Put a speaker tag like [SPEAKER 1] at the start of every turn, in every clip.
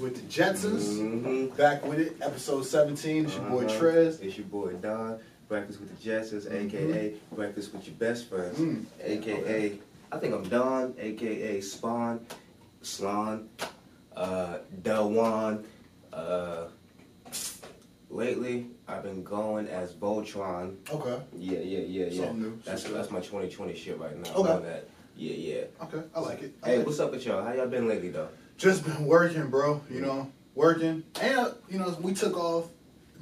[SPEAKER 1] Jetsons.
[SPEAKER 2] Mhm.
[SPEAKER 1] Back with it, episode 17. It's your boy
[SPEAKER 2] Uh-huh.
[SPEAKER 1] Trez. Mm-hmm.
[SPEAKER 2] It's your boy Don. Breakfast with the Jetsons, aka Breakfast with your best friends,
[SPEAKER 1] Mm.
[SPEAKER 2] aka I think I'm Don, aka Spawn, Slon, uh, Dawan. Uh, lately, I've been going as Voltron.
[SPEAKER 1] Okay,
[SPEAKER 2] Yeah, yeah, yeah, yeah.
[SPEAKER 1] Something new.
[SPEAKER 2] That's that's my 2020 shit right now.
[SPEAKER 1] Okay.
[SPEAKER 2] I'm on that. Yeah, yeah.
[SPEAKER 1] okay, I like it. I
[SPEAKER 2] Hey,
[SPEAKER 1] like it.
[SPEAKER 2] what's up with y'all? How y'all been lately though?
[SPEAKER 1] Just been working, bro. You know, working. And, you know, we took off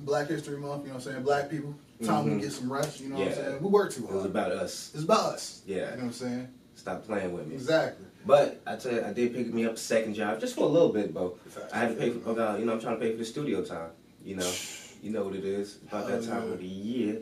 [SPEAKER 1] Black History Month, you know what I'm saying? Black people. Time
[SPEAKER 2] Mhm.
[SPEAKER 1] we get some rest, you know what I'm
[SPEAKER 2] Yeah.
[SPEAKER 1] saying? We work too
[SPEAKER 2] It was
[SPEAKER 1] hard.
[SPEAKER 2] about us.
[SPEAKER 1] It's about us. You
[SPEAKER 2] Yeah.
[SPEAKER 1] know what I'm saying?
[SPEAKER 2] Stop playing with me.
[SPEAKER 1] Exactly.
[SPEAKER 2] But I tell you, I did pick me up a second job just for a little bit, bro.
[SPEAKER 1] Facts.
[SPEAKER 2] I had to pay for, oh God, you know, I'm trying to pay for the studio time. You know, you know what it is about that time of the year.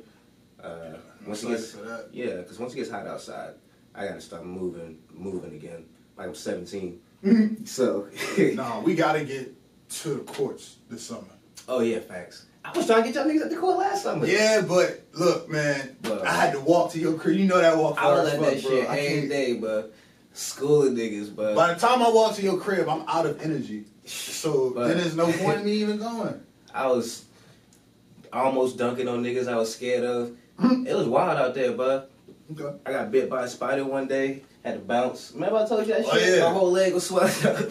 [SPEAKER 2] Uh, once it
[SPEAKER 1] Sorry
[SPEAKER 2] gets,
[SPEAKER 1] for that.
[SPEAKER 2] yeah, because once it gets hot outside, I gotta start moving, moving again. Like I'm 17,
[SPEAKER 1] Mm-hmm.
[SPEAKER 2] so.
[SPEAKER 1] Nah, we gotta get to the courts this summer.
[SPEAKER 2] oh yeah, facts. I was trying to get y'all niggas at the court last summer.
[SPEAKER 1] Yeah, but look, man,
[SPEAKER 2] Bro.
[SPEAKER 1] I had to walk to your crib. You know that walk.
[SPEAKER 2] I
[SPEAKER 1] far
[SPEAKER 2] was
[SPEAKER 1] as
[SPEAKER 2] like
[SPEAKER 1] fuck,
[SPEAKER 2] that
[SPEAKER 1] bro.
[SPEAKER 2] shit
[SPEAKER 1] I
[SPEAKER 2] every
[SPEAKER 1] can't-
[SPEAKER 2] day, but schooling niggas, but.
[SPEAKER 1] By the time I walk to your crib, I'm out of energy. So
[SPEAKER 2] But-
[SPEAKER 1] then there's no point in me even going.
[SPEAKER 2] I was almost dunking on niggas I was scared of. it was wild out there, bud.
[SPEAKER 1] Okay.
[SPEAKER 2] I got bit by a spider one day, had to bounce. Remember I told you that
[SPEAKER 1] Oh,
[SPEAKER 2] shit?
[SPEAKER 1] yeah.
[SPEAKER 2] My whole leg was swelled up.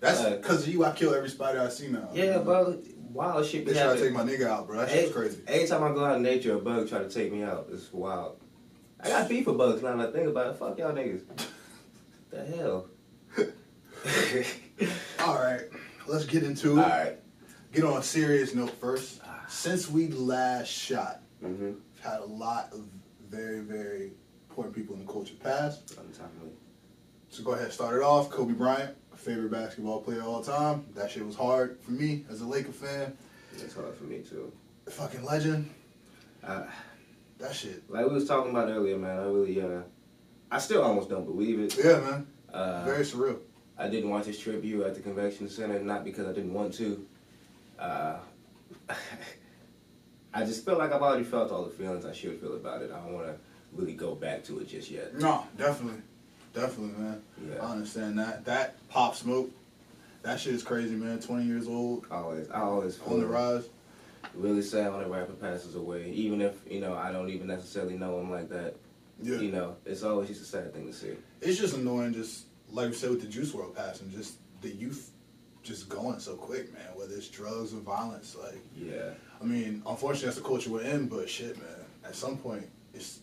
[SPEAKER 1] That's
[SPEAKER 2] Uh,
[SPEAKER 1] because of you. I kill every spider I see now.
[SPEAKER 2] yeah, bro. Wild shit
[SPEAKER 1] They
[SPEAKER 2] be
[SPEAKER 1] try to take
[SPEAKER 2] happening.
[SPEAKER 1] my nigga out, bro. That
[SPEAKER 2] Every
[SPEAKER 1] shit's crazy.
[SPEAKER 2] anytime I go out in nature, a bug try to take me out. It's wild. I got beef with bugs now that I think about it. Fuck y'all niggas. the hell?
[SPEAKER 1] All right, let's get into it.
[SPEAKER 2] Alright.
[SPEAKER 1] Get on a serious note first. Since we last shot,
[SPEAKER 2] Mm-hmm.
[SPEAKER 1] we've had a lot of very, very important people in the culture pass.
[SPEAKER 2] Untimely.
[SPEAKER 1] So go ahead, and start it off. Kobe Bryant, favorite basketball player of all time. That shit was hard for me as a Laker fan.
[SPEAKER 2] It's hard for me too.
[SPEAKER 1] Fucking legend.
[SPEAKER 2] I,
[SPEAKER 1] That shit.
[SPEAKER 2] Like we was talking about earlier, man. I really, uh, I still almost don't believe it.
[SPEAKER 1] Yeah, man.
[SPEAKER 2] Uh,
[SPEAKER 1] Very surreal.
[SPEAKER 2] I didn't watch his tribute at the convention center, not because I didn't want to. Uh, I just feel like I've already felt all the feelings I should feel about it. I don't want to really go back to it just yet.
[SPEAKER 1] No, definitely. Definitely, man.
[SPEAKER 2] Yeah.
[SPEAKER 1] I understand that. That pop smoke. That shit is crazy, man. 20 years old,
[SPEAKER 2] Always, I always feel
[SPEAKER 1] on the rise.
[SPEAKER 2] really sad when a rapper passes away, even if you know I don't even necessarily know him like that.
[SPEAKER 1] Yeah.
[SPEAKER 2] You know, it's always just a sad thing to see.
[SPEAKER 1] It's just annoying, just like we said with the Juice World passing, just the youth just going so quick, man. Whether it's drugs or violence, like
[SPEAKER 2] Yeah.
[SPEAKER 1] I mean, unfortunately, that's the culture we're in. But shit, man, at some point, it's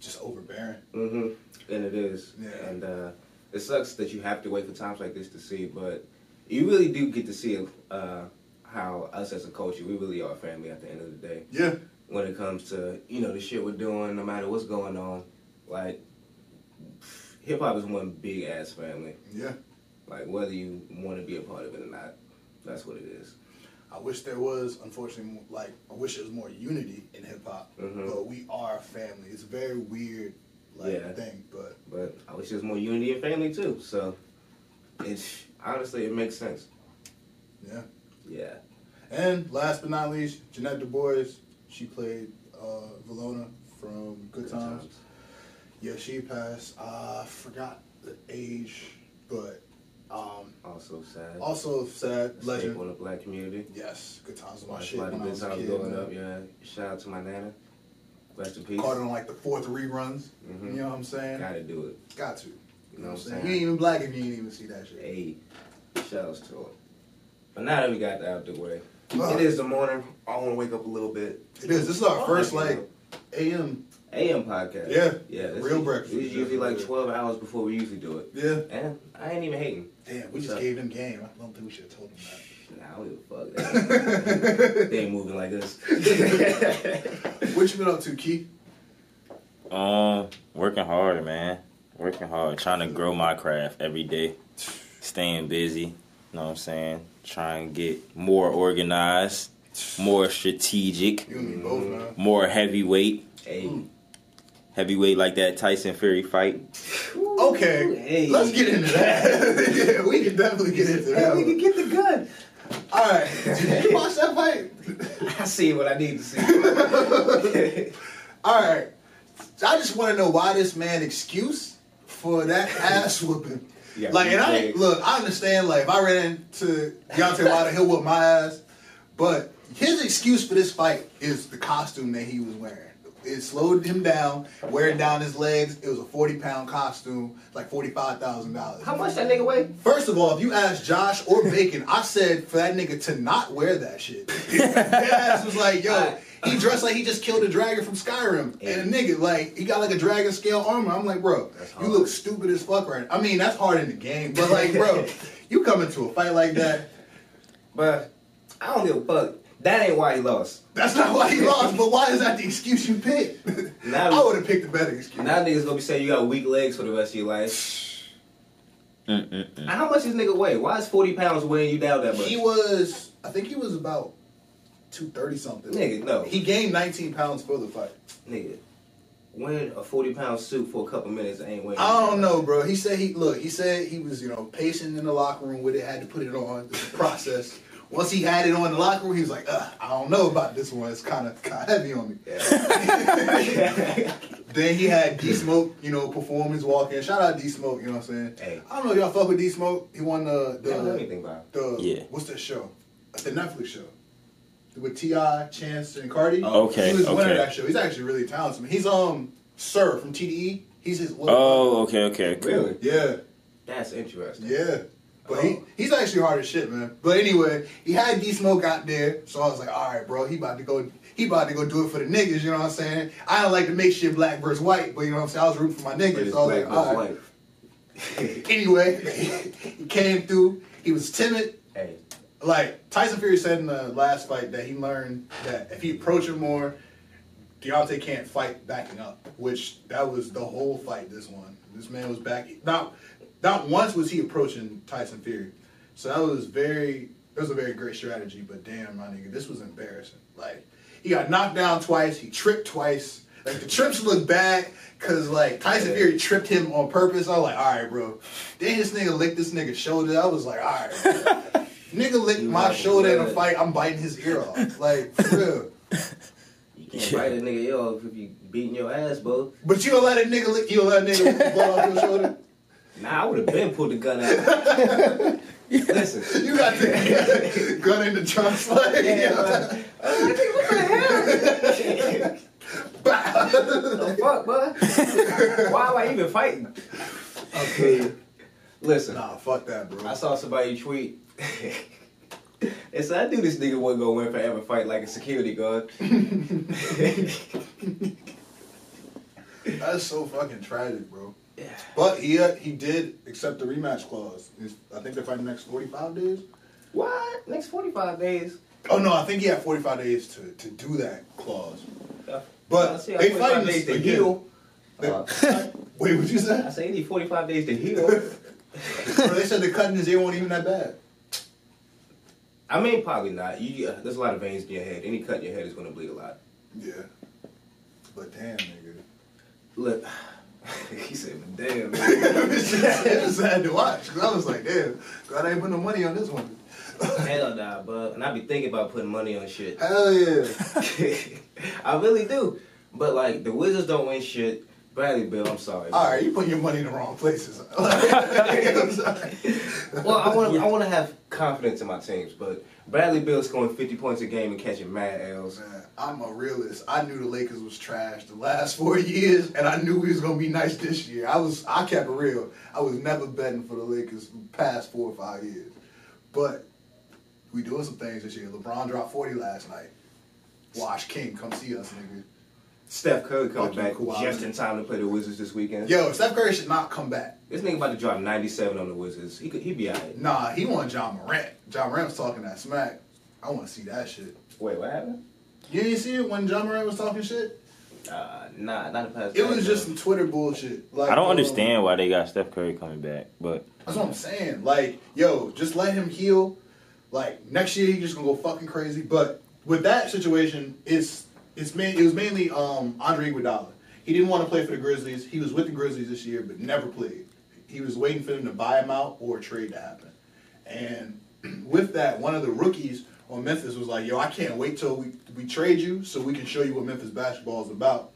[SPEAKER 1] just overbearing.
[SPEAKER 2] hmm And it is.
[SPEAKER 1] Yeah.
[SPEAKER 2] And uh, it sucks that you have to wait for times like this to see, but you really do get to see uh, how us as a culture, we really are family at the end of the day.
[SPEAKER 1] Yeah,
[SPEAKER 2] When it comes to, you know, the shit we're doing, no matter what's going on, like, hip hop is one big ass family.
[SPEAKER 1] yeah.
[SPEAKER 2] Like, whether you want to be a part of it or not, that's what it is.
[SPEAKER 1] I wish there was, unfortunately, more- like I wish there was more unity in hip hop.
[SPEAKER 2] Mhm.
[SPEAKER 1] But we are a family. It's a very weird, like
[SPEAKER 2] Yeah.
[SPEAKER 1] thing. But
[SPEAKER 2] But I wish there's more unity and family too, so it's honestly, it makes sense.
[SPEAKER 1] yeah.
[SPEAKER 2] Yeah.
[SPEAKER 1] And last but not least, Jeanette Du Bois. She played uh, Valona from Good, Times. Yeah, she passed. I forgot the age, but um,
[SPEAKER 2] Also sad.
[SPEAKER 1] also sad
[SPEAKER 2] Staple
[SPEAKER 1] legend.
[SPEAKER 2] in the black community.
[SPEAKER 1] Yes, good times with my
[SPEAKER 2] Watch
[SPEAKER 1] shit
[SPEAKER 2] a lot
[SPEAKER 1] when
[SPEAKER 2] of
[SPEAKER 1] I
[SPEAKER 2] good
[SPEAKER 1] was a
[SPEAKER 2] times
[SPEAKER 1] kid.
[SPEAKER 2] going
[SPEAKER 1] man.
[SPEAKER 2] up. Yeah. Shout out to my nana. Rest in peace.
[SPEAKER 1] Caught on like the fourth reruns.
[SPEAKER 2] Mhm.
[SPEAKER 1] You know what I'm saying? Mm-hmm. Got,
[SPEAKER 2] Gotta do it.
[SPEAKER 1] to. You
[SPEAKER 2] You
[SPEAKER 1] know what I'm saying?
[SPEAKER 2] saying?
[SPEAKER 1] You ain't even black if you ain't even see that shit.
[SPEAKER 2] Hey, shouts to her. But now that we got that out the way,
[SPEAKER 1] Ugh.
[SPEAKER 2] it is the morning. I want to wake up a little bit.
[SPEAKER 1] It is. This is our
[SPEAKER 2] Oh,
[SPEAKER 1] first
[SPEAKER 2] yeah.
[SPEAKER 1] like AM.
[SPEAKER 2] AM podcast.
[SPEAKER 1] Yeah.
[SPEAKER 2] Yeah. this
[SPEAKER 1] Real
[SPEAKER 2] is-
[SPEAKER 1] breakfast.
[SPEAKER 2] This is usually like 12 hours before we usually do it.
[SPEAKER 1] Yeah.
[SPEAKER 2] And I ain't even hating.
[SPEAKER 1] Damn, we
[SPEAKER 2] What's
[SPEAKER 1] just
[SPEAKER 2] up?
[SPEAKER 1] gave them game. I don't think we should have told them
[SPEAKER 2] Nah, I don't give a fuck.
[SPEAKER 1] that.
[SPEAKER 2] they ain't moving like us.
[SPEAKER 1] what you been up to, Key?
[SPEAKER 3] Um, working hard, man. Working hard, trying to grow my craft every day, staying busy. You know what I'm saying? Trying to get more organized, more strategic,
[SPEAKER 1] You and me both,
[SPEAKER 2] Mm.
[SPEAKER 1] man.
[SPEAKER 3] more heavyweight.
[SPEAKER 2] hey.
[SPEAKER 3] Heavyweight like that Tyson Fury fight.
[SPEAKER 1] Okay,
[SPEAKER 2] Hey.
[SPEAKER 1] let's get into that. yeah, we can definitely get into that.
[SPEAKER 2] we can
[SPEAKER 1] one.
[SPEAKER 2] get the gun.
[SPEAKER 1] All right, did you watch that fight?
[SPEAKER 2] I see what I need to see.
[SPEAKER 1] All right. I just want to know why this man excuse for that ass whooping.
[SPEAKER 2] Yeah,
[SPEAKER 1] like,
[SPEAKER 2] we
[SPEAKER 1] and I
[SPEAKER 2] big.
[SPEAKER 1] look, I understand. Like, if I ran into Deontay Wilder, he'll whoop my ass. But his excuse for this fight is the costume that he was wearing. It slowed him down, wearing down his legs. It was a forty pound costume, like forty five thousand dollars.
[SPEAKER 2] How much that nigga weigh?
[SPEAKER 1] First of all, if you ask Josh or Bacon, I said for that nigga to not wear that shit. Jazz was like, yo, he dressed like he just killed a dragon from Skyrim. And a nigga, like, he got like a dragon scale armor. I'm like, bro, you look stupid as fuck right now. I mean, that's hard in the game, but like, bro, you come into a fight like that.
[SPEAKER 2] But I don't give a fuck. That ain't why he lost.
[SPEAKER 1] That's not why he lost, but why is that the excuse you picked?
[SPEAKER 2] Now-
[SPEAKER 1] I would have picked a better excuse.
[SPEAKER 2] Now niggas gonna be saying you got weak legs for the rest of your life.
[SPEAKER 3] Mm-mm-mm.
[SPEAKER 2] And How much this nigga weigh? Why is forty pounds weighing you down that much?
[SPEAKER 1] he was, I think he was about 230 something.
[SPEAKER 2] Nigga, no.
[SPEAKER 1] He gained 19 pounds for the fight.
[SPEAKER 2] nigga, wearing a forty pound suit for a couple minutes ain't weighing.
[SPEAKER 1] I
[SPEAKER 2] you
[SPEAKER 1] don't
[SPEAKER 2] down.
[SPEAKER 1] know, bro. He said he look. He said he was you know patient in the locker room with it. Had to put it on. It's a process. Once he had it on in the locker room, he was like, Ugh, I don't know about this one. It's kind of kind of heavy on me.
[SPEAKER 2] Yeah.
[SPEAKER 1] Then he had D Smoke, you know, perform his walk in. Shout out D Smoke. You know what I'm saying?
[SPEAKER 2] Hey.
[SPEAKER 1] I don't know if y'all fuck with D Smoke. He won the
[SPEAKER 2] I don't know
[SPEAKER 1] the,
[SPEAKER 2] anything about.
[SPEAKER 1] the
[SPEAKER 3] Yeah.
[SPEAKER 1] what's that show? The Netflix show. With T.I., Chance, and Cardi.
[SPEAKER 3] Oh, Okay,
[SPEAKER 1] He was the winner of
[SPEAKER 3] okay.
[SPEAKER 1] that show. He's actually really talented. He's um Sir from TDE. He's his little
[SPEAKER 3] Oh, okay, okay,
[SPEAKER 2] it.
[SPEAKER 3] cool.
[SPEAKER 2] Really?
[SPEAKER 1] Yeah.
[SPEAKER 2] That's interesting.
[SPEAKER 1] Yeah. But
[SPEAKER 2] Oh.
[SPEAKER 1] he, he's actually hard as shit, man. But anyway, he had D Smoke out there, so I was like, all right, bro, he about to go, he about to go do it for the niggas. You know what I'm saying? I don't like to make shit black versus white, but you know what I'm saying. I was rooting for my
[SPEAKER 2] But
[SPEAKER 1] niggas,
[SPEAKER 2] it's
[SPEAKER 1] so I was
[SPEAKER 2] black
[SPEAKER 1] like,
[SPEAKER 2] versus
[SPEAKER 1] all right.
[SPEAKER 2] white.
[SPEAKER 1] Anyway, he came through. He was timid.
[SPEAKER 2] hey,
[SPEAKER 1] Like Tyson Fury said in the last fight that he learned that if he approached him more, Deontay can't fight backing up, which that was the whole fight. This one, this man was back. Not, not once was he approaching Tyson Fury. So that was very, that was a very great strategy. But damn, my nigga, this was embarrassing. Like he got knocked down twice. He tripped twice. Like the trips look bad because like Tyson Fury tripped him on purpose. I was like, all right, bro. Then this nigga licked this nigga's shoulder. I was like, all right. bro. nigga licked
[SPEAKER 2] You
[SPEAKER 1] my
[SPEAKER 2] like
[SPEAKER 1] shoulder in a
[SPEAKER 2] blood.
[SPEAKER 1] fight. I'm biting his ear off. Like for real.
[SPEAKER 2] you can't
[SPEAKER 3] Yeah.
[SPEAKER 2] bite a nigga ear off if you beating your ass, bro.
[SPEAKER 1] But you let a nigga lick you let a nigga blow off your shoulder.
[SPEAKER 2] Nah, I would have been pulled the gun out. Listen.
[SPEAKER 1] You got the gun in the trunk like
[SPEAKER 2] Yeah,
[SPEAKER 1] bow.
[SPEAKER 2] the fuck, bro? Why am I even fighting? Okay. Listen,
[SPEAKER 1] Nah, fuck that, bro.
[SPEAKER 2] I saw somebody tweet. and so I knew this nigga wasn't gonna win forever fight like a security guard.
[SPEAKER 1] That's so fucking tragic, bro.
[SPEAKER 2] Yeah.
[SPEAKER 1] But he uh, he did accept the rematch clause. It's- I think they're fighting next forty five days.
[SPEAKER 2] what? Next 45 days.
[SPEAKER 1] Oh no, I think he had forty five days to, to do that clause.
[SPEAKER 2] Uh,
[SPEAKER 1] But
[SPEAKER 2] I see, I
[SPEAKER 1] they
[SPEAKER 2] 45
[SPEAKER 1] fighting this
[SPEAKER 2] days to
[SPEAKER 1] again.
[SPEAKER 2] heal.
[SPEAKER 1] They-
[SPEAKER 2] Uh,
[SPEAKER 1] Wait, what you
[SPEAKER 2] I
[SPEAKER 1] say?
[SPEAKER 2] say he need 45 days to heal.
[SPEAKER 1] bro, they said the cutting his ear won't even that bad.
[SPEAKER 2] I mean, probably not. You, uh, there's a lot of veins in your head. Any cut in your head is going to bleed a lot.
[SPEAKER 1] Yeah. But damn, nigga.
[SPEAKER 2] Look, he said, "But damn, man."
[SPEAKER 1] it was sad to watch 'cause I was like, damn, glad I ain't put no money on this one.
[SPEAKER 2] hell nah, bud. And I be thinking about putting money on shit.
[SPEAKER 1] Hell yeah.
[SPEAKER 2] I really do. But like, the Wizards don't win shit. Bradley Bill, I'm sorry.
[SPEAKER 1] All right, you put your money in the wrong places. I'm sorry.
[SPEAKER 2] Well, I want I want to have confidence in my teams, but Bradley Bill scoring 50 points a game and catching mad L's.
[SPEAKER 1] Man, I'm a realist. I knew the Lakers was trash the last four years, and I knew we was gonna be nice this year. I was, I kept it real. I was never betting for the Lakers the past four or five years, but we doing some things this year. LeBron dropped 40 last night. Wash King, come see us, nigga.
[SPEAKER 2] Steph Curry coming
[SPEAKER 1] Fucking
[SPEAKER 2] back
[SPEAKER 1] Kawhi.
[SPEAKER 2] just in time to play the Wizards this weekend.
[SPEAKER 1] Yo, Steph Curry should not come back.
[SPEAKER 2] This nigga about to drop 97 on the Wizards. He could he be out.
[SPEAKER 1] Nah, he want John Morant. John Morant was talking that smack. I want to see that shit.
[SPEAKER 2] Wait, what happened?
[SPEAKER 1] You didn't see it when John Morant was talking shit?
[SPEAKER 2] Uh, nah, not the past.
[SPEAKER 1] It was just some Twitter bullshit. Like
[SPEAKER 3] I don't
[SPEAKER 1] um,
[SPEAKER 3] understand why they got Steph Curry coming back, but
[SPEAKER 1] That's what I'm saying. Like, yo, just let him heal. Like next year, he's just gonna go fucking crazy. But with that situation, it's it's man, it was mainly um, Andre Iguodala. He didn't want to play for the Grizzlies. He was with the Grizzlies this year, but never played. He was waiting for them to buy him out or a trade to happen. And with that, one of the rookies on Memphis was like, "Yo, I can't wait till we we trade you so we can show you what Memphis basketball is about."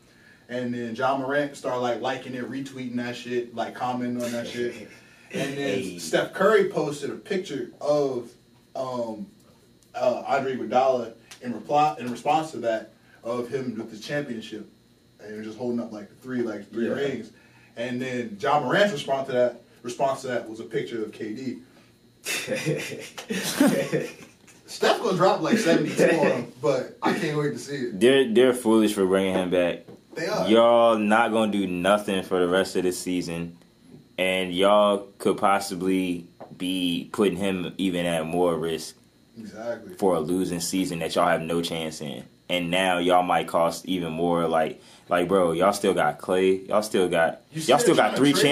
[SPEAKER 1] And then John Morant started like liking it, retweeting that shit, like commenting on that shit. And then
[SPEAKER 3] Hey.
[SPEAKER 1] Steph Curry posted a picture of um, uh, Andre Iguodala in reply in response to that of him with the championship, and he was just holding up like the three like three
[SPEAKER 2] Yeah.
[SPEAKER 1] rings. And then John Morant's response to that response to that was a picture of KD. Steph gonna drop like seventy two on him, but I can't wait to see it.
[SPEAKER 3] They're they're foolish for bringing him back.
[SPEAKER 1] They are.
[SPEAKER 3] Y'all not gonna do nothing for the rest of the season, and y'all could possibly be putting him even at more risk
[SPEAKER 1] Exactly.
[SPEAKER 3] for a losing season that y'all have no chance in. And now y'all might cost even more. Like like bro, y'all still got Clay. Y'all still got
[SPEAKER 1] You
[SPEAKER 3] y'all still
[SPEAKER 1] still
[SPEAKER 3] got
[SPEAKER 1] tryna
[SPEAKER 3] three
[SPEAKER 1] trade him?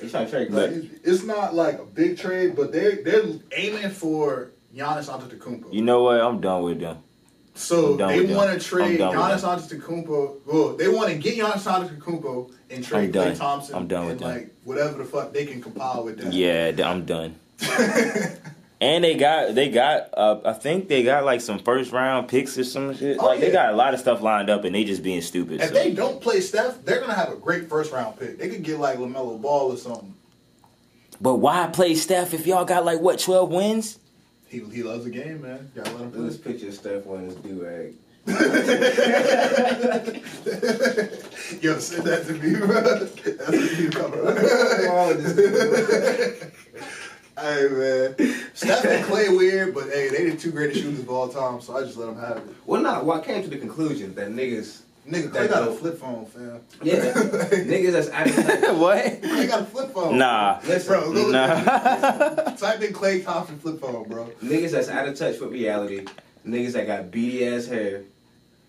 [SPEAKER 2] He's trying to trade
[SPEAKER 1] Like,
[SPEAKER 2] Clay.
[SPEAKER 1] it's- it's not like a big trade, but they they're aiming for Giannis Antetokounmpo.
[SPEAKER 3] You know what? I'm done with them.
[SPEAKER 1] so
[SPEAKER 3] I'm done
[SPEAKER 1] they
[SPEAKER 3] with them.
[SPEAKER 1] want to trade
[SPEAKER 3] I'm done
[SPEAKER 1] Giannis
[SPEAKER 3] with
[SPEAKER 1] Antetokounmpo. Well, they want to get Giannis Antetokounmpo and trade Clay
[SPEAKER 3] done.
[SPEAKER 1] Thompson.
[SPEAKER 3] I'm done with
[SPEAKER 1] and,
[SPEAKER 3] them.
[SPEAKER 1] like whatever the fuck they can compile with that.
[SPEAKER 3] Yeah, th- I'm done. and they got they got uh, I think they got like some first round picks or some shit.
[SPEAKER 1] Oh,
[SPEAKER 3] like they
[SPEAKER 1] yeah.
[SPEAKER 3] got a lot of stuff lined up and they just being stupid.
[SPEAKER 1] If
[SPEAKER 3] so.
[SPEAKER 1] they don't play Steph, they're gonna have a great first round pick. They could get like Lamelo Ball or something.
[SPEAKER 3] But why play Steph if y'all got like what 12 wins?
[SPEAKER 1] He he loves the game, man. Gotta let him
[SPEAKER 2] Look at this
[SPEAKER 1] play.
[SPEAKER 2] picture of Steph wearing his do rag.
[SPEAKER 1] Yo, send that to me, bro. That's what you cover. Hey man, Steph and Clay weird, but hey, they the two greatest shooters of all time, so I just let them have it.
[SPEAKER 2] well, not. Well, I came to the conclusion that niggas,
[SPEAKER 1] Nigga, Clay
[SPEAKER 2] That
[SPEAKER 1] got a
[SPEAKER 2] dope.
[SPEAKER 1] flip phone, fam.
[SPEAKER 2] yeah, niggas that's actually.
[SPEAKER 3] what?
[SPEAKER 1] Clay got a flip phone.
[SPEAKER 3] Nah.
[SPEAKER 2] Listen,
[SPEAKER 1] bro. Look
[SPEAKER 3] Nah.
[SPEAKER 1] Type in Clay Thompson flip phone, bro.
[SPEAKER 2] Niggas that's out of touch with reality, niggas that got beady ass hair,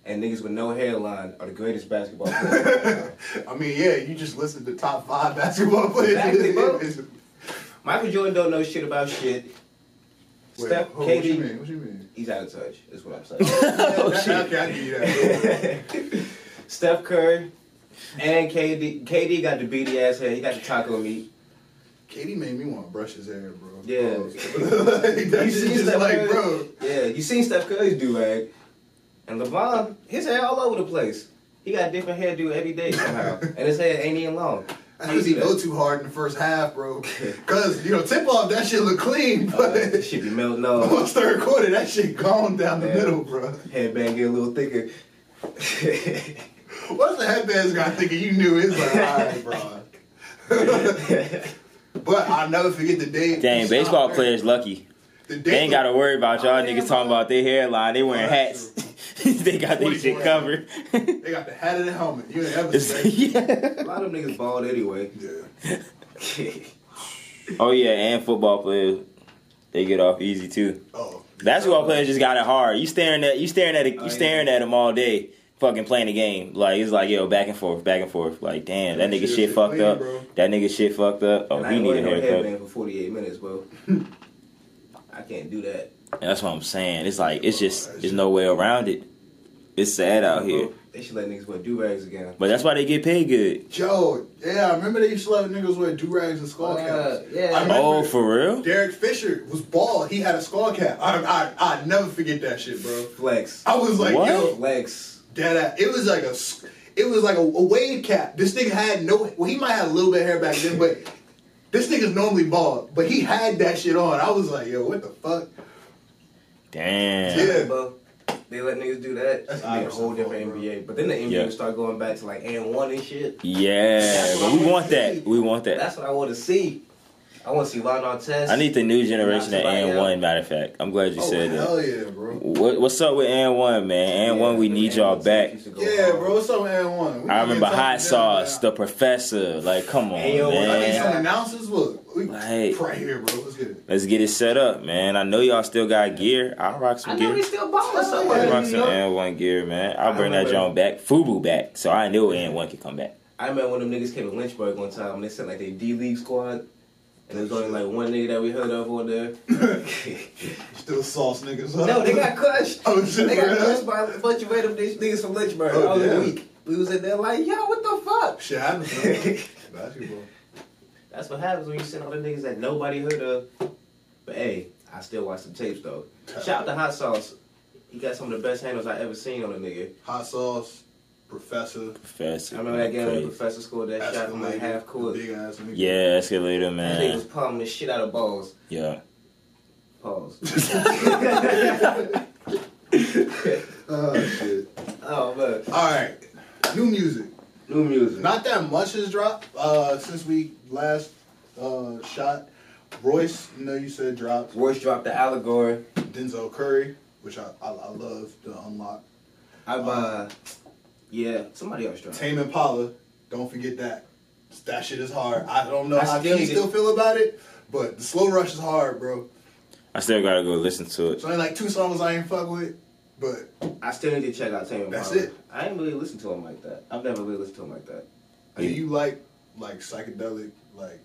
[SPEAKER 2] and niggas with no hairline are the greatest basketball players. of all time.
[SPEAKER 1] I mean, yeah, you just listed the top five basketball players.
[SPEAKER 2] Exactly,
[SPEAKER 1] in
[SPEAKER 2] bro.
[SPEAKER 1] the NBA.
[SPEAKER 2] Michael Jordan don't know shit about shit.
[SPEAKER 1] Wait,
[SPEAKER 2] Steph,
[SPEAKER 1] hold on, what you
[SPEAKER 2] KD,
[SPEAKER 1] mean? What you mean?
[SPEAKER 2] he's out of touch. Is what I'm
[SPEAKER 3] Oh,
[SPEAKER 2] saying.
[SPEAKER 1] Yeah, that- okay, I give you that. bro.
[SPEAKER 2] Steph Curry and KD, KD got the beady ass hair. He got the taco meat.
[SPEAKER 1] KD made me want to brush his hair, bro.
[SPEAKER 2] Yeah.
[SPEAKER 1] Like, that shit just like, bro.
[SPEAKER 2] Yeah, you seen Steph Curry's do rag, and LeBron, his hair all over the place. He got different hairdo every day somehow, and his hair ain't even long.
[SPEAKER 1] I didn't even go too hard in the first half, bro. Cause you know, tip off that shit look clean,
[SPEAKER 2] Uh,
[SPEAKER 1] but
[SPEAKER 2] it should be melting off.
[SPEAKER 1] Once third quarter, that shit gone down the
[SPEAKER 2] Yeah.
[SPEAKER 1] middle, bro.
[SPEAKER 2] Headband get a little thicker.
[SPEAKER 1] What's the headbands guy thinking? You knew it's like, all right, bro. but I'll never forget the day. he
[SPEAKER 3] Dang,
[SPEAKER 1] stopped
[SPEAKER 3] baseball
[SPEAKER 1] wearing-
[SPEAKER 3] players lucky.
[SPEAKER 1] The day
[SPEAKER 3] They ain't got to worry about y'all
[SPEAKER 1] Oh, yeah,
[SPEAKER 3] niggas talking
[SPEAKER 1] bro.
[SPEAKER 3] about their hairline. They wearing
[SPEAKER 1] Oh,
[SPEAKER 3] hats.
[SPEAKER 1] that's
[SPEAKER 3] they got their shit
[SPEAKER 1] 24.
[SPEAKER 3] covered.
[SPEAKER 1] They got the hat and the helmet. You ain't ever
[SPEAKER 3] It's-
[SPEAKER 1] seen
[SPEAKER 2] a
[SPEAKER 3] yeah.
[SPEAKER 2] lot of them niggas bald anyway.
[SPEAKER 1] that. Yeah.
[SPEAKER 3] Oh yeah, and football players, they get off easy too.
[SPEAKER 1] Oh,
[SPEAKER 3] Basketball players just got it hard. You staring at you staring at a,
[SPEAKER 2] Oh,
[SPEAKER 3] you
[SPEAKER 2] yeah.
[SPEAKER 3] staring at them all day, fucking playing the game. Like it's like yo, back and forth, back and forth. Like damn, that nigga shit fucked
[SPEAKER 1] clean,
[SPEAKER 3] up.
[SPEAKER 1] bro.
[SPEAKER 3] That nigga shit fucked up. Oh,
[SPEAKER 2] And I
[SPEAKER 3] he
[SPEAKER 2] ain't
[SPEAKER 3] need a
[SPEAKER 2] wearing no
[SPEAKER 3] haircut.
[SPEAKER 2] headband for 48 minutes, bro. I can't do that.
[SPEAKER 3] And that's what I'm saying. It's like it's just
[SPEAKER 1] Oh, that
[SPEAKER 3] there's no way around it. It's sad out here,
[SPEAKER 2] They should let niggas wear do rags again.
[SPEAKER 3] but that's why they get paid good.
[SPEAKER 1] Joe. Yeah, I remember they used to let niggas wear do rags and skull caps.
[SPEAKER 2] yeah.
[SPEAKER 1] I remember
[SPEAKER 3] Oh, for real?
[SPEAKER 1] Derek Fisher was bald. He had a skull cap. I I I never forget that shit, bro.
[SPEAKER 2] Flex.
[SPEAKER 1] I was like,
[SPEAKER 3] What?
[SPEAKER 1] yo,
[SPEAKER 2] Flex.
[SPEAKER 1] Dead ass. It was like a, s- it was like a, a wave cap. This nigga had no. Well, he might have a little bit of hair back then, but this nigga's normally bald. But he had that shit on. I was like, yo, what the fuck?
[SPEAKER 3] Damn.
[SPEAKER 1] Yeah.
[SPEAKER 2] Bro, they let niggas do that.
[SPEAKER 1] That's
[SPEAKER 2] That's be a whole
[SPEAKER 1] awesome,
[SPEAKER 2] different
[SPEAKER 1] bro.
[SPEAKER 2] NBA. But then the NBA
[SPEAKER 3] Yeah.
[SPEAKER 2] would start going back to like and one and shit.
[SPEAKER 3] Yeah,
[SPEAKER 2] That's what
[SPEAKER 3] but
[SPEAKER 2] I
[SPEAKER 3] we
[SPEAKER 2] wanna
[SPEAKER 3] want
[SPEAKER 2] see.
[SPEAKER 3] that. We want that.
[SPEAKER 2] That's what I want to see. I want to see Lionel Test.
[SPEAKER 3] I need the new generation of
[SPEAKER 2] somebody
[SPEAKER 3] and
[SPEAKER 2] else.
[SPEAKER 3] one. Matter of fact, I'm glad you
[SPEAKER 1] oh
[SPEAKER 3] said that.
[SPEAKER 1] hell yeah, bro.
[SPEAKER 3] What, what's up with and one, man? And one, we need y'all back.
[SPEAKER 1] Yeah, bro. What's up, man? One. We
[SPEAKER 3] I
[SPEAKER 1] can
[SPEAKER 3] remember
[SPEAKER 1] talk
[SPEAKER 3] hot
[SPEAKER 1] to
[SPEAKER 3] sauce,
[SPEAKER 1] them,
[SPEAKER 3] the professor. Like, come on,
[SPEAKER 2] Ayo,
[SPEAKER 1] man. I need
[SPEAKER 3] man.
[SPEAKER 1] some announcers. Look, we
[SPEAKER 3] Right.
[SPEAKER 1] right here, bro. Let's get it.
[SPEAKER 3] Let's get it set up, man. I know y'all still got gear. I'll rock
[SPEAKER 2] I
[SPEAKER 3] some
[SPEAKER 2] know
[SPEAKER 3] gear.
[SPEAKER 2] they still balling
[SPEAKER 1] Yeah,
[SPEAKER 3] I'll
[SPEAKER 2] somewhere.
[SPEAKER 3] rock
[SPEAKER 2] in New
[SPEAKER 3] some
[SPEAKER 2] York.
[SPEAKER 3] and one gear, man. I'll
[SPEAKER 2] I
[SPEAKER 3] bring that
[SPEAKER 2] remember-
[SPEAKER 3] John back. Fubu back. So I knew and one could come back.
[SPEAKER 2] I remember when them niggas came to Lynchburg one time and they sent like they D League squad. And there was only like one nigga that we heard of on there.
[SPEAKER 1] Still sauce niggas. Up.
[SPEAKER 2] no, they got crushed.
[SPEAKER 1] Oh, shit,
[SPEAKER 2] they got
[SPEAKER 1] for real?
[SPEAKER 2] crushed by a bunch of random niggas niggas from Lynchburg
[SPEAKER 1] Oh,
[SPEAKER 2] all
[SPEAKER 1] yeah.
[SPEAKER 2] the week. We was in there like, yo, what
[SPEAKER 1] shit happens. man. Basketball.
[SPEAKER 2] That's what happens when you send all the niggas that nobody heard of. But hey, I still watch some tapes though. Shout out to Hot Sauce. He got some of the best handles I ever seen on a nigga.
[SPEAKER 1] Hot sauce. Professor.
[SPEAKER 3] Professor.
[SPEAKER 2] I remember that game in
[SPEAKER 3] crazy.
[SPEAKER 2] professor school that shot from like
[SPEAKER 1] Escalator,
[SPEAKER 2] half court.
[SPEAKER 1] Big ass nigga.
[SPEAKER 3] Yeah, escalator
[SPEAKER 2] That nigga was
[SPEAKER 3] man.
[SPEAKER 2] palming the shit out of balls.
[SPEAKER 3] Yeah.
[SPEAKER 2] Pause.
[SPEAKER 1] Oh, shit.
[SPEAKER 2] oh man,
[SPEAKER 1] All right. New music.
[SPEAKER 2] new music.
[SPEAKER 1] Not that much has dropped uh, since we last uh, shot. Royce, you know, you said dropped.
[SPEAKER 2] Royce dropped the allegory.
[SPEAKER 1] Denzel Curry, which I, I, I love to unlock.
[SPEAKER 2] I've
[SPEAKER 1] Oh.
[SPEAKER 2] uh, yeah, somebody else dropped.
[SPEAKER 1] Tame Impala, don't forget that. That shit is hard. I don't know
[SPEAKER 2] I
[SPEAKER 1] how
[SPEAKER 2] still
[SPEAKER 1] you
[SPEAKER 2] get-
[SPEAKER 1] still feel about it, but the slow rush is hard, bro.
[SPEAKER 3] I still gotta go listen to it.
[SPEAKER 1] It's only like two songs I ain't fuck with, but
[SPEAKER 2] I still need to check out Tame Impala.
[SPEAKER 1] That's it.
[SPEAKER 2] I ain't really listened to him like that. I've never really listened to him like that.
[SPEAKER 1] do you like like psychedelic, like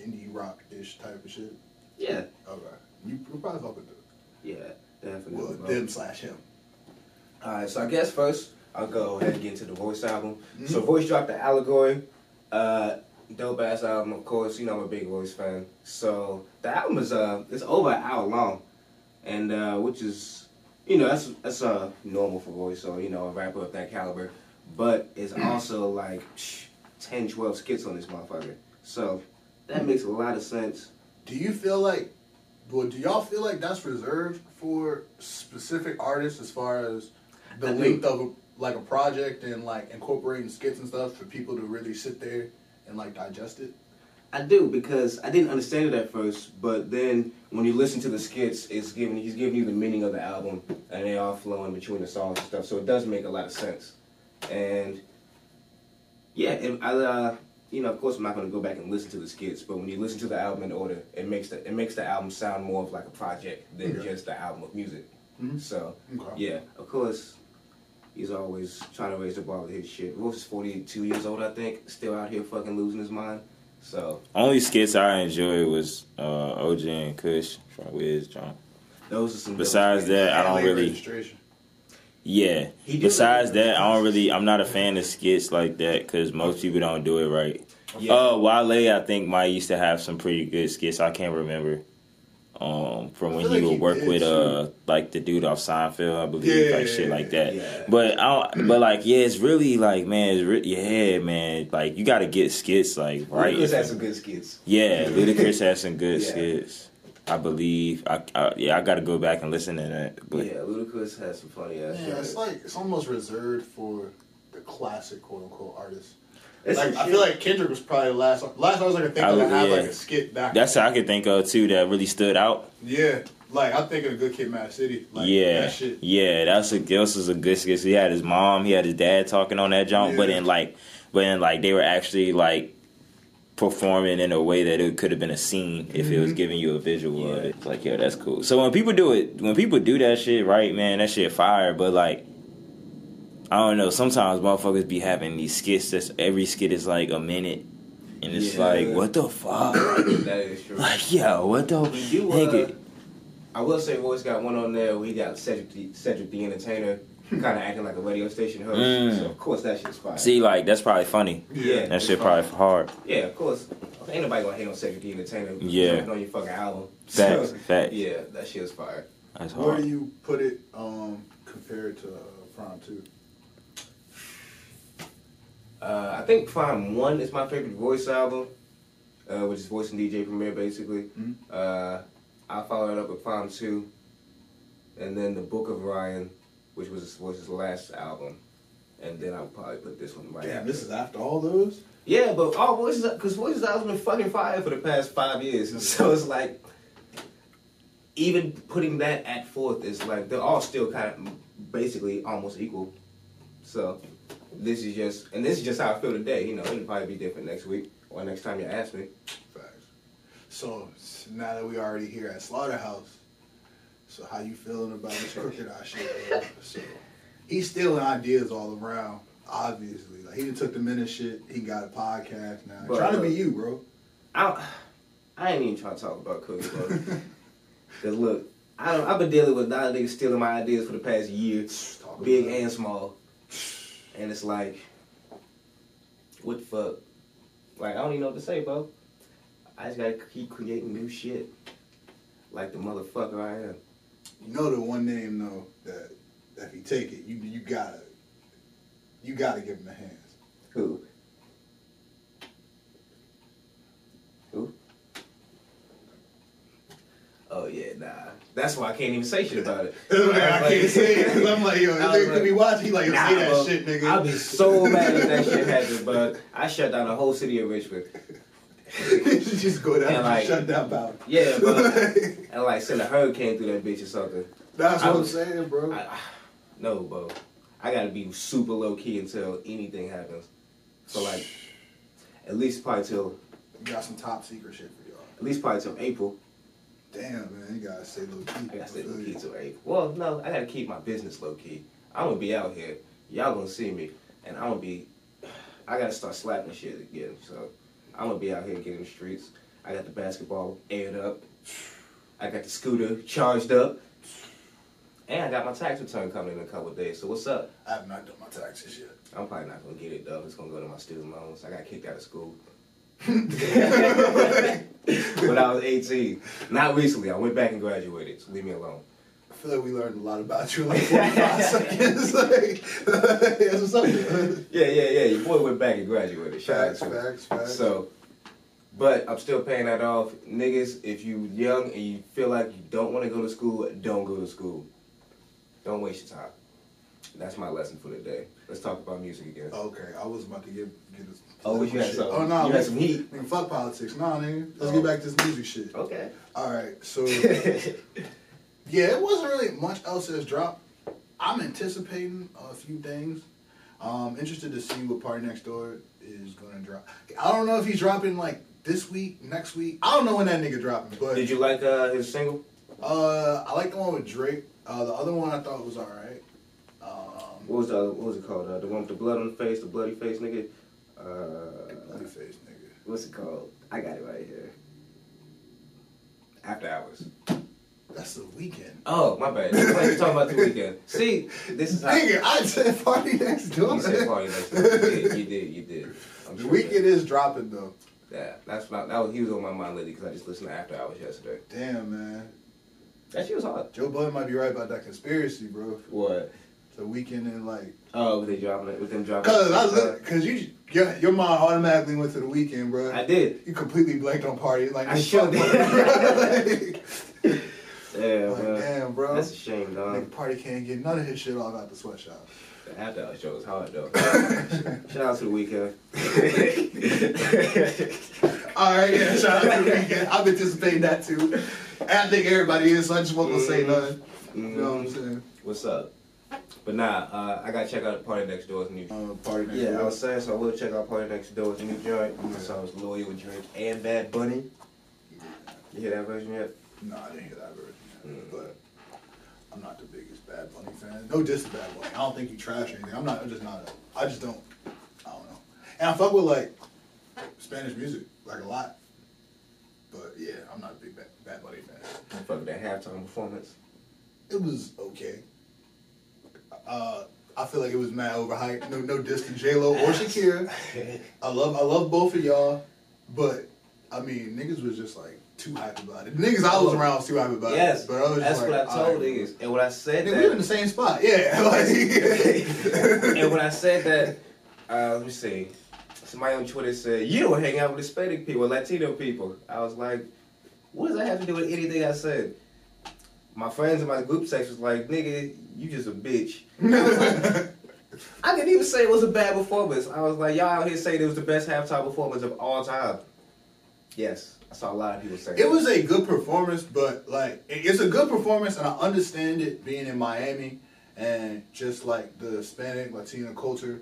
[SPEAKER 1] indie rock ish type of shit?
[SPEAKER 2] Yeah,
[SPEAKER 1] Okay, you you probably fuck with them.
[SPEAKER 2] yeah, definitely.
[SPEAKER 1] Well,
[SPEAKER 2] bro.
[SPEAKER 1] them slash him.
[SPEAKER 2] All right, so I guess first I'll go ahead and get into the Voice album. So Voice dropped the Allegory, uh, dope ass album. Of course, you know I'm a big Voice fan. So the album is uh, it's over an hour long, and uh, which is you know that's that's uh normal for Voice. So you know a rapper of that caliber, but it's also like psh, 10, 12 skits on this motherfucker. So that makes a lot of sense.
[SPEAKER 1] Do you feel like, well, do y'all feel like that's reserved for specific artists as far as the
[SPEAKER 2] I think-
[SPEAKER 1] length of like a project and like incorporating skits and stuff for people to really sit there and like digest it?
[SPEAKER 2] I do because I didn't understand it at first, but then when you listen to the skits, it's giving he's giving you the meaning of the album, and they all flow in between the songs and stuff. So it does make a lot of sense, and yeah, and I uh, you know of course I'm not gonna go back and listen to the skits, but when you listen to the album in order, it makes the it makes the album sound more of like a project than
[SPEAKER 1] Okay.
[SPEAKER 2] just the album of music.
[SPEAKER 1] Mhm.
[SPEAKER 2] So
[SPEAKER 1] Okay.
[SPEAKER 2] yeah, of course. He's always trying to raise the bar with his shit. Wolf is 42 years old, I think, still out here fucking losing his mind. So,
[SPEAKER 3] Only skits I enjoyed was uh, OJ and Kush from Wiz John.
[SPEAKER 2] Those are some.
[SPEAKER 3] Besides
[SPEAKER 2] dope bands.
[SPEAKER 3] that, I
[SPEAKER 1] And
[SPEAKER 3] don't
[SPEAKER 1] late
[SPEAKER 3] really.
[SPEAKER 1] Registration.
[SPEAKER 3] Yeah.
[SPEAKER 2] He do
[SPEAKER 3] Besides
[SPEAKER 2] like-
[SPEAKER 3] that, I don't really. I'm not a fan of skits like that because most people don't do it right.
[SPEAKER 2] Yeah.
[SPEAKER 3] Uh, Wale, I think Mike used to have some pretty good skits. I can't remember. Um, from
[SPEAKER 1] I
[SPEAKER 3] when
[SPEAKER 1] feel
[SPEAKER 3] he
[SPEAKER 1] like
[SPEAKER 3] would
[SPEAKER 1] he
[SPEAKER 3] work
[SPEAKER 1] did,
[SPEAKER 3] with uh, like the dude off Seinfeld, I believe,
[SPEAKER 1] Yeah,
[SPEAKER 3] like
[SPEAKER 1] yeah,
[SPEAKER 3] shit
[SPEAKER 1] yeah,
[SPEAKER 3] like that.
[SPEAKER 2] yeah.
[SPEAKER 3] But I, don't, but like, yeah, it's really like, man, it's re- yeah, man, like you got to get skits like right.
[SPEAKER 2] Ludacris had some good skits.
[SPEAKER 3] Yeah, Ludacris has some good
[SPEAKER 2] Yeah.
[SPEAKER 3] skits. I believe. I, I yeah, I got to go back and listen to that. But
[SPEAKER 2] yeah, Ludacris had some funny ass.
[SPEAKER 1] Yeah,
[SPEAKER 2] shit.
[SPEAKER 1] it's like it's almost reserved for the classic quote unquote artists.
[SPEAKER 2] It's
[SPEAKER 1] like
[SPEAKER 2] some
[SPEAKER 1] I
[SPEAKER 2] shit-
[SPEAKER 1] feel like Kendrick was probably the last last artist I could think
[SPEAKER 3] I
[SPEAKER 1] of that
[SPEAKER 3] would-
[SPEAKER 1] had
[SPEAKER 3] yeah.
[SPEAKER 1] like a skit back.
[SPEAKER 3] that's what I could think of too that really stood out.
[SPEAKER 1] yeah, like I think of Good Kid, Mad City. Like,
[SPEAKER 3] yeah,
[SPEAKER 1] that shit.
[SPEAKER 3] yeah, that's a this was a good skit. He had his mom, he had his dad talking on that joint, but
[SPEAKER 1] Yeah.
[SPEAKER 3] in like, but in like they were actually like performing in a way that it could have been a scene if it was giving you a visual of
[SPEAKER 2] Yeah.
[SPEAKER 3] it. It's like, yeah, that's cool. So when people do it, when people do that shit, right, man, that shit fire. But like, I don't know. Sometimes motherfuckers be having these skits. That's every skit is like a minute, and it's
[SPEAKER 2] Yeah.
[SPEAKER 3] like, what the fuck?
[SPEAKER 2] that is true.
[SPEAKER 3] like, yo, what the
[SPEAKER 2] We do, uh,
[SPEAKER 3] nigga?
[SPEAKER 2] I will say, Royce got one on there. where he got Cedric the, Cedric the Entertainer, kind of acting like a radio station host.
[SPEAKER 3] Mm.
[SPEAKER 2] So of course that shit's fire.
[SPEAKER 3] See, like that's probably funny.
[SPEAKER 2] yeah,
[SPEAKER 3] That
[SPEAKER 2] uh, it's
[SPEAKER 3] shit
[SPEAKER 2] fire.
[SPEAKER 3] probably hard.
[SPEAKER 2] Yeah, of course. Ain't nobody gonna hate on Cedric the Entertainer.
[SPEAKER 3] Yeah.
[SPEAKER 2] jumping on your fucking album.
[SPEAKER 3] Facts,
[SPEAKER 2] So,
[SPEAKER 3] facts.
[SPEAKER 2] Yeah, that shit is fire.
[SPEAKER 3] That's
[SPEAKER 1] Where do
[SPEAKER 3] hard.
[SPEAKER 1] you put it um, compared to uh, Prime Two?
[SPEAKER 2] Uh, I think Prime One is my favorite voice album, uh, which is voice and DJ Premier basically.
[SPEAKER 1] Mhm.
[SPEAKER 2] Uh, I followed it up with Prime Two, and then the Book of Ryan, which was his, was his last album, and then I'll probably put this one right.
[SPEAKER 1] Damn,
[SPEAKER 2] after.
[SPEAKER 1] this is after all those.
[SPEAKER 2] yeah, but oh, all voices because voices albums been fucking fire for the past five years, and so it's like even putting that at fourth is like they're all still kind of basically almost equal. So this is just and this is just how I feel today. You know, it'll probably be different next week or next time you ask me.
[SPEAKER 1] Facts. So s- now that we already here at Slaughterhouse, so how you feeling about this crooked eye shit? bro? so he's stealing ideas all around. Obviously, like he done took the minute shit. He got a podcast now.
[SPEAKER 2] Bro,
[SPEAKER 1] Trying to be
[SPEAKER 2] look.
[SPEAKER 1] you, bro.
[SPEAKER 2] I I ain't even trying to talk about Cookie, bro. Cause look, I don't, I've been dealing with a lot of niggas stealing my ideas for the past year,
[SPEAKER 1] Talk
[SPEAKER 2] big
[SPEAKER 1] about it.
[SPEAKER 2] and small, and it's like, what the fuck? Like I don't even know what to say, bro. I just gotta keep creating new shit, like the motherfucker I am.
[SPEAKER 1] You know the one name though that if you take it, you you gotta You gotta give him the hands.
[SPEAKER 2] Who? Who? Oh yeah, nah. That's why I can't even say shit about it.
[SPEAKER 1] Like, I can't say it because I'm like, yo, this
[SPEAKER 2] I was
[SPEAKER 1] nigga could be watching. He like, yo,
[SPEAKER 2] Nah,
[SPEAKER 1] say that
[SPEAKER 2] bro.
[SPEAKER 1] shit, nigga.
[SPEAKER 2] I'd be so mad if that shit happened, but I shut down the whole city of Richmond.
[SPEAKER 1] just go down
[SPEAKER 2] And,
[SPEAKER 1] and
[SPEAKER 2] like-
[SPEAKER 1] shut down about.
[SPEAKER 2] Yeah, bro. and like send a hurricane through that bitch or something.
[SPEAKER 1] That's
[SPEAKER 2] I
[SPEAKER 1] what I'm
[SPEAKER 2] was-
[SPEAKER 1] saying, bro.
[SPEAKER 2] I, I- no, bro. I gotta be super low key until anything happens. So like, at least probably till
[SPEAKER 1] We got some top secret shit for y'all.
[SPEAKER 2] at least probably till April.
[SPEAKER 1] Damn, man, you gotta stay low key.
[SPEAKER 2] I gotta stay low key till April. Well, no, I gotta keep my business low key. I'm gonna be out here. Y'all gonna see me, and I'm gonna be. I gotta start slapping shit again. So I'm gonna be out here getting the streets. I got the basketball aired up. I got the scooter charged up. And I got my tax return coming in a couple of days. So what's up?
[SPEAKER 1] I have not done my taxes yet.
[SPEAKER 2] I'm probably not gonna get it though. It's gonna go to my student loans. I got kicked out of school when I was 18. Not recently. I went back and graduated. So leave me alone.
[SPEAKER 1] I feel like we learned a lot about you in like 45 seconds. Like, that's what's up. man.
[SPEAKER 2] Yeah, yeah, yeah. Your boy went back and graduated. Shout
[SPEAKER 1] Facts,
[SPEAKER 2] out to him.
[SPEAKER 1] facts, facts.
[SPEAKER 2] So, but I'm still paying that off, niggas. If you young and you feel like you don't want to go to school, don't go to school. Don't waste your time. That's my lesson for today. Let's talk about music again.
[SPEAKER 1] Okay, I was about to get get this.
[SPEAKER 2] Oh, you had
[SPEAKER 1] shit.
[SPEAKER 2] some.
[SPEAKER 1] Oh no,
[SPEAKER 2] you
[SPEAKER 1] we-
[SPEAKER 2] had some heat.
[SPEAKER 1] nigga, fuck politics. Nah, nigga, let's
[SPEAKER 2] Oh.
[SPEAKER 1] get back to this music shit.
[SPEAKER 2] Okay.
[SPEAKER 1] All right, so. Yeah, it wasn't really much else that's dropped. I'm anticipating a few things. Um, interested to see what Party Next Door is gonna drop. I don't know if he's dropping like this week, next week. I don't know when that nigga dropping, but
[SPEAKER 2] Did you like uh, his single?
[SPEAKER 1] uh, I like the one with Drake. Uh, the other one I thought was alright. Um,
[SPEAKER 2] What was the other, what was it called? Uh, the one with the blood on the face, the bloody face, nigga. Uh,
[SPEAKER 1] Blueface nigga.
[SPEAKER 2] what's it called? I got it right here. After hours.
[SPEAKER 1] That's the weekend.
[SPEAKER 2] Oh, my bad. That's why you talking about the weekend. See, this is how
[SPEAKER 1] Nigga, I said Party Next Door.
[SPEAKER 2] you said party next door. You did, you did, you did. I'm
[SPEAKER 1] the
[SPEAKER 2] sure
[SPEAKER 1] weekend is dropping though.
[SPEAKER 2] That, yeah, that's what I, that was he was on my mind lately because I just listened to After Hours yesterday.
[SPEAKER 1] Damn man,
[SPEAKER 2] That shit was hard.
[SPEAKER 1] Joe Budden might be right about that conspiracy, bro.
[SPEAKER 2] What?
[SPEAKER 1] The weekend and like.
[SPEAKER 2] Oh, with they dropping it with them dropping.
[SPEAKER 1] Cause I
[SPEAKER 2] Uh,
[SPEAKER 1] look, cause you, your, your mind automatically went to the weekend, bro.
[SPEAKER 2] I did.
[SPEAKER 1] you completely blanked on party. Like
[SPEAKER 2] I
[SPEAKER 1] fuck,
[SPEAKER 2] sure did.
[SPEAKER 1] bruh.
[SPEAKER 2] Yeah,
[SPEAKER 1] like,
[SPEAKER 2] bro.
[SPEAKER 1] like damn, bro.
[SPEAKER 2] That's a shame, dog.
[SPEAKER 1] Nigga, party can't get none of his shit off out the sweatshop.
[SPEAKER 2] The after hour show was hard though. Shout out to the weekend.
[SPEAKER 1] All right, yeah, shout out to the weekend. I'm anticipating that too. And I think everybody is. So I just wasn't gonna say
[SPEAKER 2] Mhm.
[SPEAKER 1] nothing. You know what I'm saying?
[SPEAKER 2] Mm-hmm. What's up? But nah, uh, I gotta check out the party next door's new.
[SPEAKER 1] Uh, party next
[SPEAKER 2] Yeah, I
[SPEAKER 1] door.
[SPEAKER 2] was saying so. I will check out party next door's new joint. So I was loyal with Drake and Bad Bunny. You hear that version yet?
[SPEAKER 1] No, I didn't hear that version,
[SPEAKER 2] Mm.
[SPEAKER 1] but. I'm not the biggest Bad Bunny fan. No diss to Bad Bunny. I don't think you trash or anything. I'm not. I'm just not. A, I just don't. I don't know. And I fuck with like Spanish music like a lot, but yeah, I'm not a big Bad, Bad Bunny fan.
[SPEAKER 2] Fuck that halftime performance.
[SPEAKER 1] It was okay. Uh, I feel like it was mad overhyped. No, no diss to J Lo or Shakira. I love, I love both of y'all, but I mean, niggas was just like too hype about it. Niggas I was around was too hype about
[SPEAKER 2] yes,
[SPEAKER 1] it. but I was
[SPEAKER 2] that's
[SPEAKER 1] just
[SPEAKER 2] what I
[SPEAKER 1] like,
[SPEAKER 2] told
[SPEAKER 1] "Alright,
[SPEAKER 2] niggas. And when I said
[SPEAKER 1] Nigga, we in the
[SPEAKER 2] that,
[SPEAKER 1] same spot. Yeah. Like,
[SPEAKER 2] and when I said that, uh, let me see. Somebody on Twitter said you don't hang out with Hispanic people, Latino people. I was like, what does that have to do with anything I said? My friends in my group sex was like, nigga, you just a bitch. I was like, I didn't even say it was a bad performance. I was like, y'all out here saying it was the best halftime performance of all time. Yes, I saw a lot of people saying
[SPEAKER 1] it was a good performance, but like it- it's a good performance, and I understand it being in Miami and just like the Hispanic Latino culture,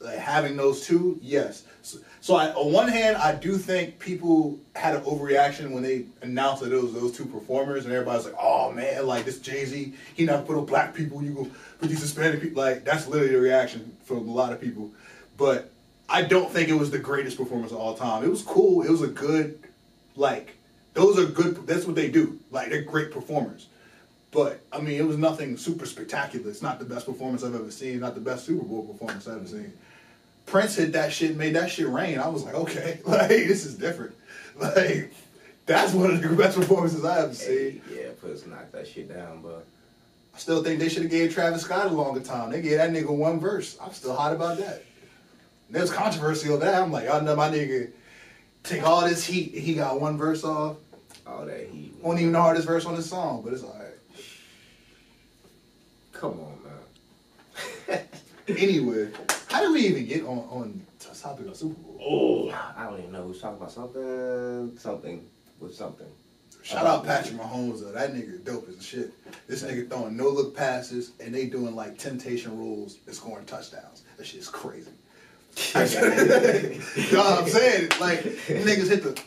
[SPEAKER 1] like having those two. Yes, so, so I, on one hand, I do think people had an overreaction when they announced that it was those two performers, and everybody's like, "Oh man, like this Jay Z, he not put on black people, you go put these Hispanic people." Like that's literally the reaction from a lot of people, but. I don't think it was the greatest performance of all time. It was cool. It was a good like those are good. That's what they do. Like they're great performers. But I mean, it was nothing super spectacular. It's not the best performance I've ever seen. Not the best Super Bowl performance I've ever seen. Prince hit that shit, made that shit rain. I was like, okay, like this is different. Like that's one of the best performances I ever
[SPEAKER 2] Hey,
[SPEAKER 1] seen.
[SPEAKER 2] yeah, Puss knocked that shit down, but
[SPEAKER 1] I still think they should have gave Travis Scott a longer time. They gave that nigga one verse. I'm still hot about that. There's controversy over that. I'm like, I know my nigga take all this heat. He got one verse off.
[SPEAKER 2] All that heat.
[SPEAKER 1] Won't even the hardest verse on the song, but it's all right.
[SPEAKER 2] Come on, man.
[SPEAKER 1] Anyway, how did we even get on on t- topic of Super Bowl?
[SPEAKER 2] oh, I don't even know who's talking about something, something with something.
[SPEAKER 1] Shout out Patrick Mahomes though. That nigga dope as shit. This nigga throwing no look passes and they doing like temptation rules and scoring touchdowns. That shit's crazy. you know what I'm saying? Like niggas hit the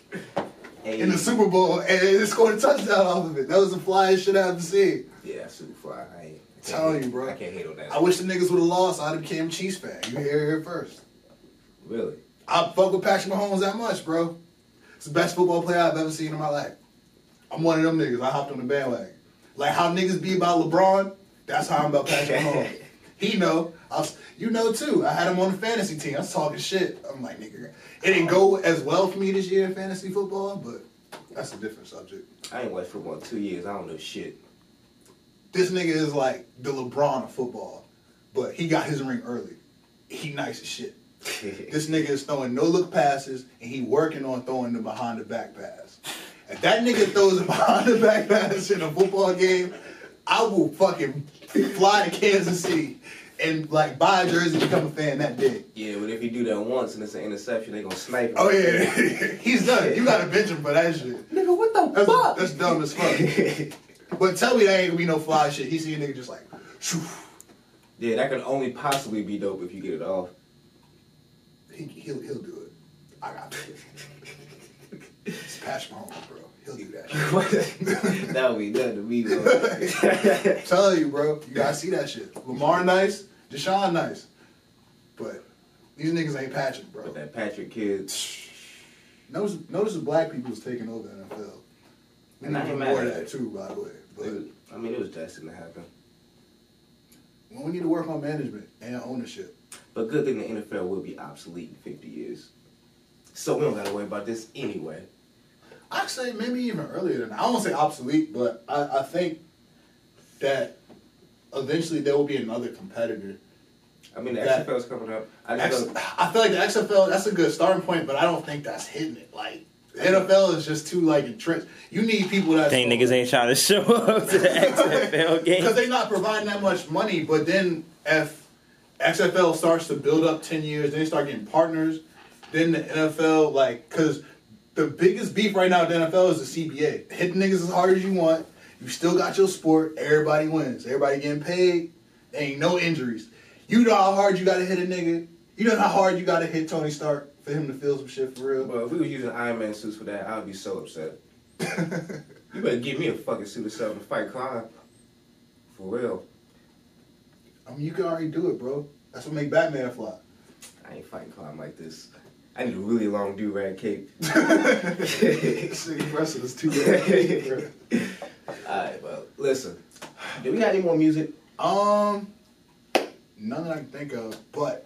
[SPEAKER 2] Hey,
[SPEAKER 1] in the Super Bowl and they scored a touchdown off of it. That was the flyest shit I ever seen.
[SPEAKER 2] Yeah, super fly. I ain't- I can't
[SPEAKER 1] Telling
[SPEAKER 2] hate-
[SPEAKER 1] you, bro.
[SPEAKER 2] I can't hate on that.
[SPEAKER 1] I wish the niggas would have lost. I'd have became a Chiefs fan. You hear it here first.
[SPEAKER 2] really.
[SPEAKER 1] I fuck with Patrick Mahomes that much, bro. It's the best football player I've ever seen in my life. I'm one of them niggas. I hopped on the bandwagon. Like how niggas be about LeBron, that's how I'm about Patrick Mahomes. He know. I was, you know too. I had him on the fantasy team. I was talking shit. I'm like, nigga, it didn't go as well for me this year in fantasy football, but that's a different subject.
[SPEAKER 2] I ain't watched football in two years. I don't know shit.
[SPEAKER 1] This nigga is like the LeBron of football, but he got his ring early. He nice as shit. This nigga is throwing no look passes and he working on throwing the behind the back pass. If that nigga throws a behind the back pass in a football game, I will fucking fly to Kansas City and like buy a jersey and become a fan that day.
[SPEAKER 2] yeah, but if you do that once and it's an interception, they gonna snipe. him.
[SPEAKER 1] Oh yeah, he's done. You gotta bench him for that shit.
[SPEAKER 2] nigga, what the
[SPEAKER 1] That's,
[SPEAKER 2] fuck?
[SPEAKER 1] that's dumb as fuck. But tell me that ain't gonna be no fly shit. He see a nigga just like, shoo.
[SPEAKER 2] yeah, that can only possibly be dope if you get it off.
[SPEAKER 1] He, he'll, he'll do it. I got it. It's Patrick Mahomes, bro. He'll do that shit.
[SPEAKER 2] that would be nothing to me, bro.
[SPEAKER 1] Tell you, bro, you gotta see that shit. Lamar nice, Deshaun nice, but these niggas ain't Patrick, bro.
[SPEAKER 2] But that Patrick kid,
[SPEAKER 1] Notice, notice the black people's taking over the NFL. We
[SPEAKER 2] And I
[SPEAKER 1] need
[SPEAKER 2] ain't
[SPEAKER 1] to
[SPEAKER 2] mad
[SPEAKER 1] more
[SPEAKER 2] at
[SPEAKER 1] of that
[SPEAKER 2] it.
[SPEAKER 1] too, by the way. But
[SPEAKER 2] it- I mean, it was destined to happen.
[SPEAKER 1] when we need to work on management and ownership.
[SPEAKER 2] But good thing the NFL will be obsolete in 50 years. So we don't gotta worry about this anyway.
[SPEAKER 1] I'd say maybe even earlier than that. I won't say obsolete, but I, I think that eventually there will be another competitor.
[SPEAKER 2] I mean, the
[SPEAKER 1] Yeah.
[SPEAKER 2] XFL's coming up. I just
[SPEAKER 1] X,
[SPEAKER 2] don't-
[SPEAKER 1] I feel like the XFL that's a good starting point, but I don't think that's hitting it. Like the NFL is just too like entrenched. You need people that
[SPEAKER 3] Think niggas ain't trying to show up to the XFL game.
[SPEAKER 1] because they're not providing that much money. But then if XFL starts to build up ten years, then they start getting partners. Then the NFL like because the biggest beef right now at the NFL is the CBA. Hit niggas as hard as you want. You still got your sport. Everybody wins. Everybody getting paid. Ain't no injuries. You know how hard you gotta hit a nigga. You know how hard you gotta hit Tony Stark for him to feel some shit for real.
[SPEAKER 2] Well, if we was using Iron Man suits for that, I'd be so upset. you better give me a fucking suit or something to fight crime. For real.
[SPEAKER 1] I mean, you can already do it, bro. That's what make Batman fly.
[SPEAKER 2] I ain't fighting crime like this. I need a really long do rag cape.
[SPEAKER 1] This nigga wrestling is too bad, bro.
[SPEAKER 2] Alright, well, listen. Do we got any more music?
[SPEAKER 1] Um, none that I can think of, but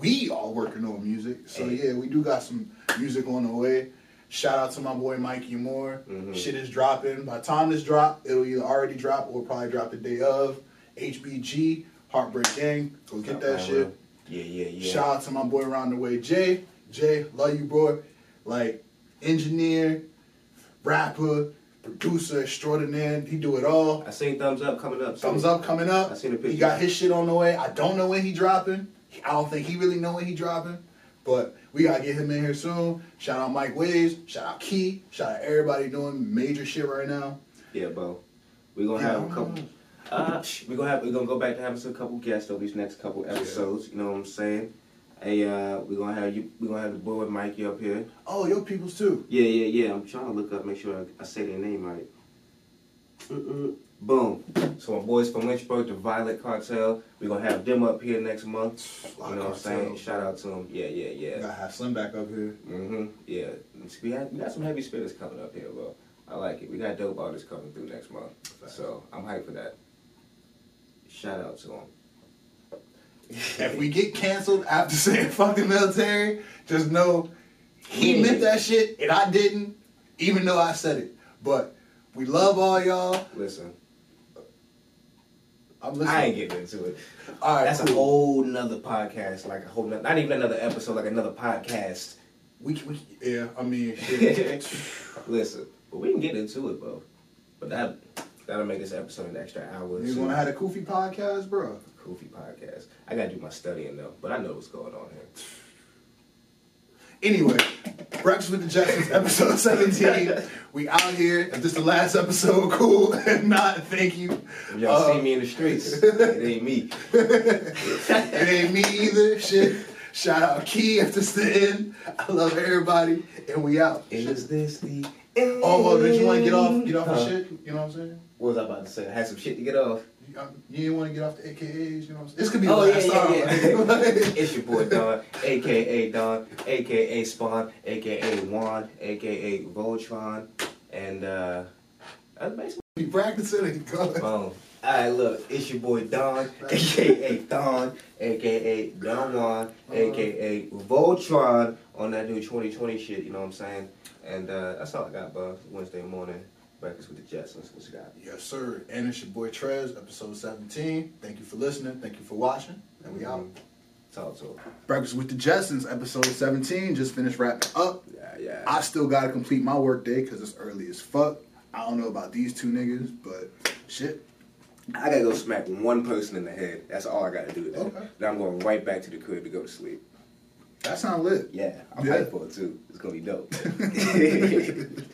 [SPEAKER 1] we are working on music. So
[SPEAKER 2] Hey.
[SPEAKER 1] yeah, we do got some music on the way. Shout out to my boy Mikey Moore.
[SPEAKER 2] Mhm.
[SPEAKER 1] Shit is dropping. By the time this drop, it'll either already drop or probably drop the day of. HBG, Heartbreak Gang. Go get that
[SPEAKER 2] Nah,
[SPEAKER 1] shit.
[SPEAKER 2] bro. Yeah, yeah, yeah.
[SPEAKER 1] Shout out to my boy around the way, Jay. Jay, love you, bro. Like engineer, rapper, producer extraordinaire. He do it all.
[SPEAKER 2] I seen thumbs up coming up. so-
[SPEAKER 1] Thumbs up coming up.
[SPEAKER 2] I seen the picture.
[SPEAKER 1] He got his shit on the way. I don't know when he dropping. I don't think he really know when he dropping. But we gotta get him in here soon. Shout out Mike Waves. Shout out Key. Shout out everybody doing major shit right now.
[SPEAKER 2] Yeah, bro. We're gonna
[SPEAKER 1] Yeah,
[SPEAKER 2] have
[SPEAKER 1] I
[SPEAKER 2] a
[SPEAKER 1] don't
[SPEAKER 2] couple.
[SPEAKER 1] know.
[SPEAKER 2] Uh, we're gonna have we're gonna go back to having some couple guests over these next couple episodes. You know what I'm saying? Hey, uh, we're gonna have you. We're gonna have the boy with Mikey up here.
[SPEAKER 1] Oh, yo, peoples too.
[SPEAKER 2] Yeah, yeah, yeah. I'm trying to look up, make sure I, I say their name right. Mm-mm. Boom. So my boys from Lynchburg, the Violet Cartel. We're gonna have them up here next month. You know
[SPEAKER 1] Violet
[SPEAKER 2] what I'm saying?
[SPEAKER 1] Cartel.
[SPEAKER 2] Shout out to them. Yeah, yeah, yeah.
[SPEAKER 1] We gotta have Slim back up here.
[SPEAKER 2] Mm-hmm. Yeah. We had we got some heavy spitters coming up here, bro. I like it. We got dope artists coming through next month. So I'm hyped for that. Shout out to them.
[SPEAKER 1] If we get canceled after saying fuck the military, just know he
[SPEAKER 2] Yeah.
[SPEAKER 1] meant that shit and I didn't, even though I said it. But we love all y'all.
[SPEAKER 2] Listen.
[SPEAKER 1] I'm
[SPEAKER 2] I ain't
[SPEAKER 1] listening.
[SPEAKER 2] getting into it.
[SPEAKER 1] All right,
[SPEAKER 2] That's a
[SPEAKER 1] cool.
[SPEAKER 2] whole nother podcast, like a whole not, not even another episode, like another podcast.
[SPEAKER 1] We, can- we can- yeah, I mean, shit.
[SPEAKER 2] Listen, but we can get into it, bro. But that that'll make this episode an extra hour.
[SPEAKER 1] you want to have a Koofy podcast, bro?
[SPEAKER 2] Koofy podcast. I gotta do my studying though, but I know what's going on here.
[SPEAKER 1] Anyway, Breakfast with the Jetsons, episode 17. We out here. If this the last episode, cool. If not, thank you.
[SPEAKER 2] If y'all
[SPEAKER 1] Uh,
[SPEAKER 2] see me in the streets, it ain't me.
[SPEAKER 1] It ain't me either. Shit. Shout out Key if this the end. I love everybody. And we out.
[SPEAKER 2] Is this the end?
[SPEAKER 1] Oh, well, did you want to get off get off
[SPEAKER 2] Huh.
[SPEAKER 1] the shit? You know what I'm saying?
[SPEAKER 2] What was I about to say? I had some shit to get off.
[SPEAKER 1] You, um, you didn't want to get off the AKAs, you know what I'm saying? This could be the
[SPEAKER 2] Oh, yeah,
[SPEAKER 1] last
[SPEAKER 2] yeah,
[SPEAKER 1] time. like-
[SPEAKER 2] It's your boy Don, aka Don, aka Spawn, aka Juan, aka Voltron, and uh, that's basically
[SPEAKER 1] be practicing and going.
[SPEAKER 2] phone. All right, look, it's your boy Don, aka Don, aka Don Juan, aka Voltron on that new 2020 shit. You know what I'm saying? And uh, that's all I got, bud. Wednesday morning, breakfast with the Jetsons. What you got?
[SPEAKER 1] Yes, sir. And it's your boy Trez, episode 17. Thank you for listening. Thank you for watching. And we out.
[SPEAKER 2] Talk to him.
[SPEAKER 1] Breakfast with the Jetsons, episode 17. Just finished wrapping up.
[SPEAKER 2] Yeah, yeah.
[SPEAKER 1] I still gotta complete my work day because it's early as fuck. I don't know about these two niggas, but shit.
[SPEAKER 2] I gotta go smack one person in the head. That's all I gotta do today.
[SPEAKER 1] Okay.
[SPEAKER 2] Then I'm going right back to the crib to go to sleep.
[SPEAKER 1] That sound lit.
[SPEAKER 2] Yeah, I'm
[SPEAKER 1] Yeah.
[SPEAKER 2] hyped for it too. It's gonna be dope.